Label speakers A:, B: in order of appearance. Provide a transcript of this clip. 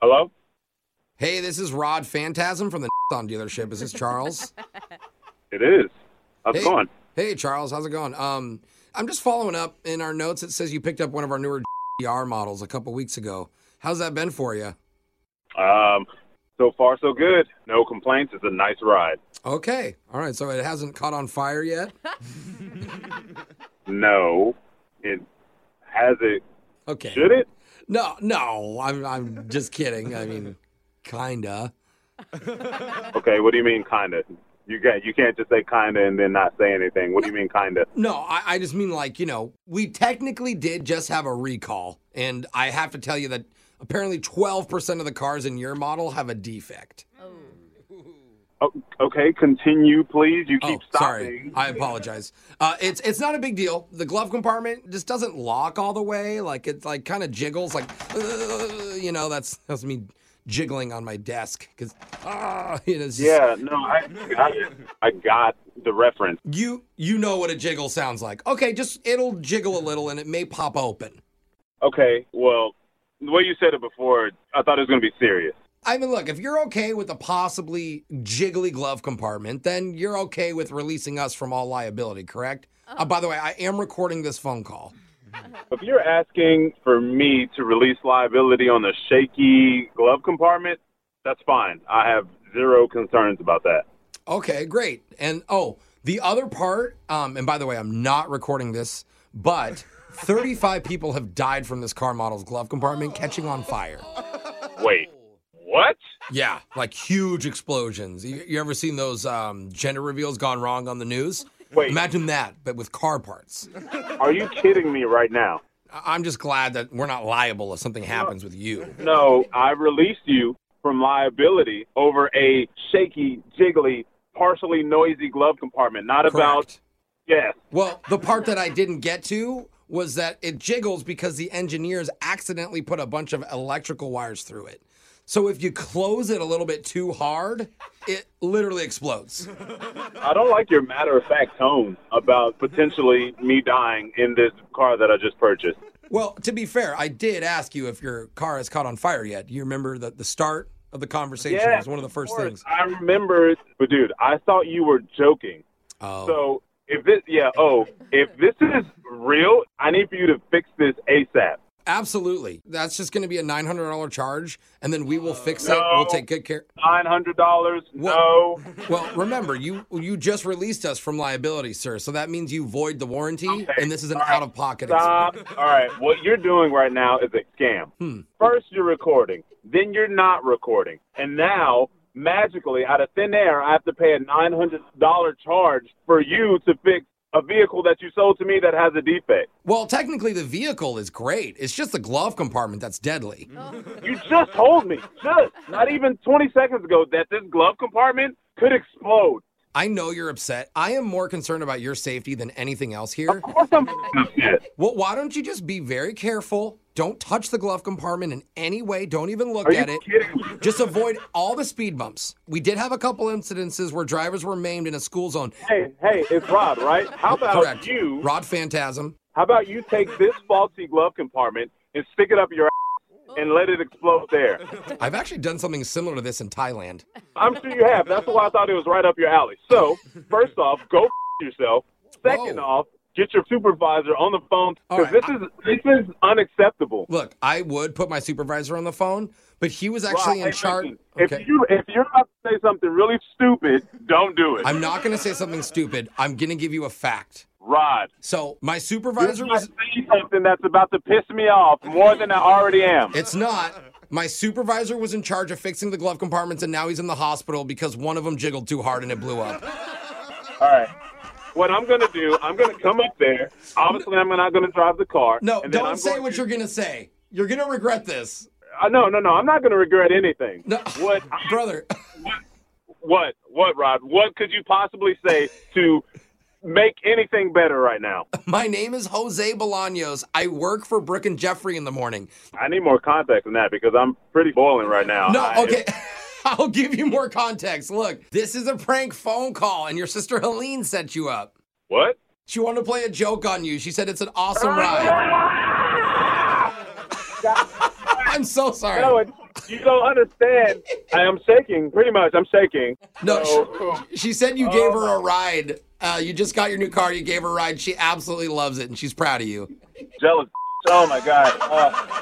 A: Hello?
B: Hey, this is Rod Phantasm from the on dealership. Is this Charles?
A: It is. How's it
B: Hey.
A: going?
B: hey, Charles, how's it going? Um, I'm just following up in our notes. It says you picked up one of our newer DR models a couple weeks ago. How's that been for you?
A: Um, so far, so good. No complaints. It's a nice ride.
B: Okay, all right. So it hasn't caught on fire yet.
A: No. It has it.
B: Okay.
A: Should it?
B: No, no. I'm I'm just kidding. I mean, kinda.
A: Okay, what do you mean, kinda? You, got, you can't just say kinda and then not say anything. What do you mean, kinda?
B: No, I, I just mean like, you know, we technically did just have a recall. And I have to tell you that apparently 12% of the cars in your model have a defect.
A: Oh, okay, continue, please. You
B: Oh,
A: keep
B: sorry.
A: stopping.
B: I apologize. Uh, it's it's not a big deal. The glove compartment just doesn't lock all the way. Like it's like kind of jiggles. Like uh, you know, that's that's me jiggling on my desk because ah, you know, it's just-
A: Yeah, no, I got it. I got the reference.
B: you you know what a jiggle sounds like. Okay, just it'll jiggle a little and it may pop open.
A: Okay, well, the way you said it before, I thought it was going to be serious.
B: I mean, look, if you're okay with a possibly jiggly glove compartment, then you're okay with releasing us from all liability, correct? Uh, by the way, I am recording this phone call.
A: If you're asking for me to release liability on the shaky glove compartment, that's fine. I have zero concerns about that.
B: Okay, great. And oh, the other part, um, and by the way, I'm not recording this, but 35 people have died from this car model's glove compartment catching on fire.
A: Wait, what?
B: Yeah, like huge explosions. You, you ever seen those um, gender reveals gone wrong on the news?
A: Wait.
B: Imagine that, but with car parts.
A: Are you kidding me right now?
B: I- I'm just glad that we're not liable if something happens with you.
A: No, I released you from liability over a shaky, jiggly, partially noisy glove compartment. Not about,
B: Correct.
A: yes.
B: Well, the part that I didn't get to was that it jiggles because the engineers accidentally put a bunch of electrical wires through it. So if you close it a little bit too hard, it literally explodes.
A: I don't like your matter of fact tone about potentially me dying in this car that I just purchased.
B: Well, to be fair, I did ask you if your car has caught on fire yet. You remember that the start of the conversation was one of the first
A: course.
B: things.
A: I remember, it, but dude, I thought you were joking.
B: Oh,
A: So if this, yeah, oh, if this is real, I need for you to fix this ASAP.
B: absolutely. That's just going to be a $900 charge, and then we will fix it.
A: No.
B: We'll take good care.
A: Nine hundred dollars? No.
B: Well, remember, you you just released us from liability, sir. So that means you void the warranty, and this is an out of pocket.
A: Stop. All right. What you're doing right now is a scam.
B: Hmm.
A: First, you're recording, then you're not recording, and now. Magically, out of thin air, I have to pay a nine hundred dollar charge for you to fix a vehicle that you sold to me that has a defect.
B: Well, technically, the vehicle is great. It's just the glove compartment that's deadly.
A: Mm-hmm. You just told me, just not even 20 seconds ago, that this glove compartment could explode.
B: I know you're upset. I am more concerned about your safety than anything else here.
A: Of course I'm upset.
B: Well, why don't you just be very careful? Don't touch the glove compartment in any way. Don't even look
A: Are
B: at
A: you
B: it.
A: kidding me?
B: Just avoid all the speed bumps. We did have a couple incidences where drivers were maimed in a school zone.
A: Hey, hey, it's Rod, right? How about
B: Correct.
A: you?
B: Rod Phantasm.
A: How about you take this faulty glove compartment and stick it up your ass and let it explode there?
B: I've actually done something similar to this in Thailand.
A: I'm sure you have. That's why I thought it was right up your alley. So, first off, go f- yourself. Second
B: Whoa.
A: off, get your supervisor on the phone
B: All
A: because
B: right,
A: this is this is unacceptable.
B: Look, I would put my supervisor on the phone, but he was actually
A: Rod, hey,
B: in charge.
A: listen, If you if you're about to say something really stupid, don't do it.
B: I'm not going to say something stupid. I'm going to give you a fact.
A: Rod,
B: So my
A: you're
B: supervisor
A: going to
B: was.
A: say something that's about to piss me off more than I already am.
B: It's not. My supervisor was in charge of fixing the glove compartments, and now he's in the hospital because one of them jiggled too hard and it blew up.
A: All right. What I'm going to do, I'm going to come up there. Obviously, I'm not going to drive the car.
B: No,
A: and then
B: don't
A: I'm
B: say
A: going
B: what
A: to-
B: you're going to say. You're going to regret this,
A: Uh, no, no, no. I'm not going to regret anything.
B: No.
A: What? I-
B: brother.
A: What? What, Rod? What could you possibly say to make anything better right now?
B: My name is Jose Bolaños. I work for Brooke and Jeffrey in the morning.
A: I need more context than that because I'm pretty boiling right now.
B: No,
A: I-
B: okay. I'll give you more context. Look, this is a prank phone call, and your sister Helene set you up.
A: What?
B: She wanted to play a joke on you. She said it's an awesome ride. I'm so sorry.
A: No, it's, You don't understand. I am shaking, pretty much. I'm shaking.
B: No,
A: So,
B: she, she said you gave her a ride. Uh, you just got your new car. You gave her a ride. She absolutely loves it, and she's proud of you.
A: jealous. Oh my god. Uh,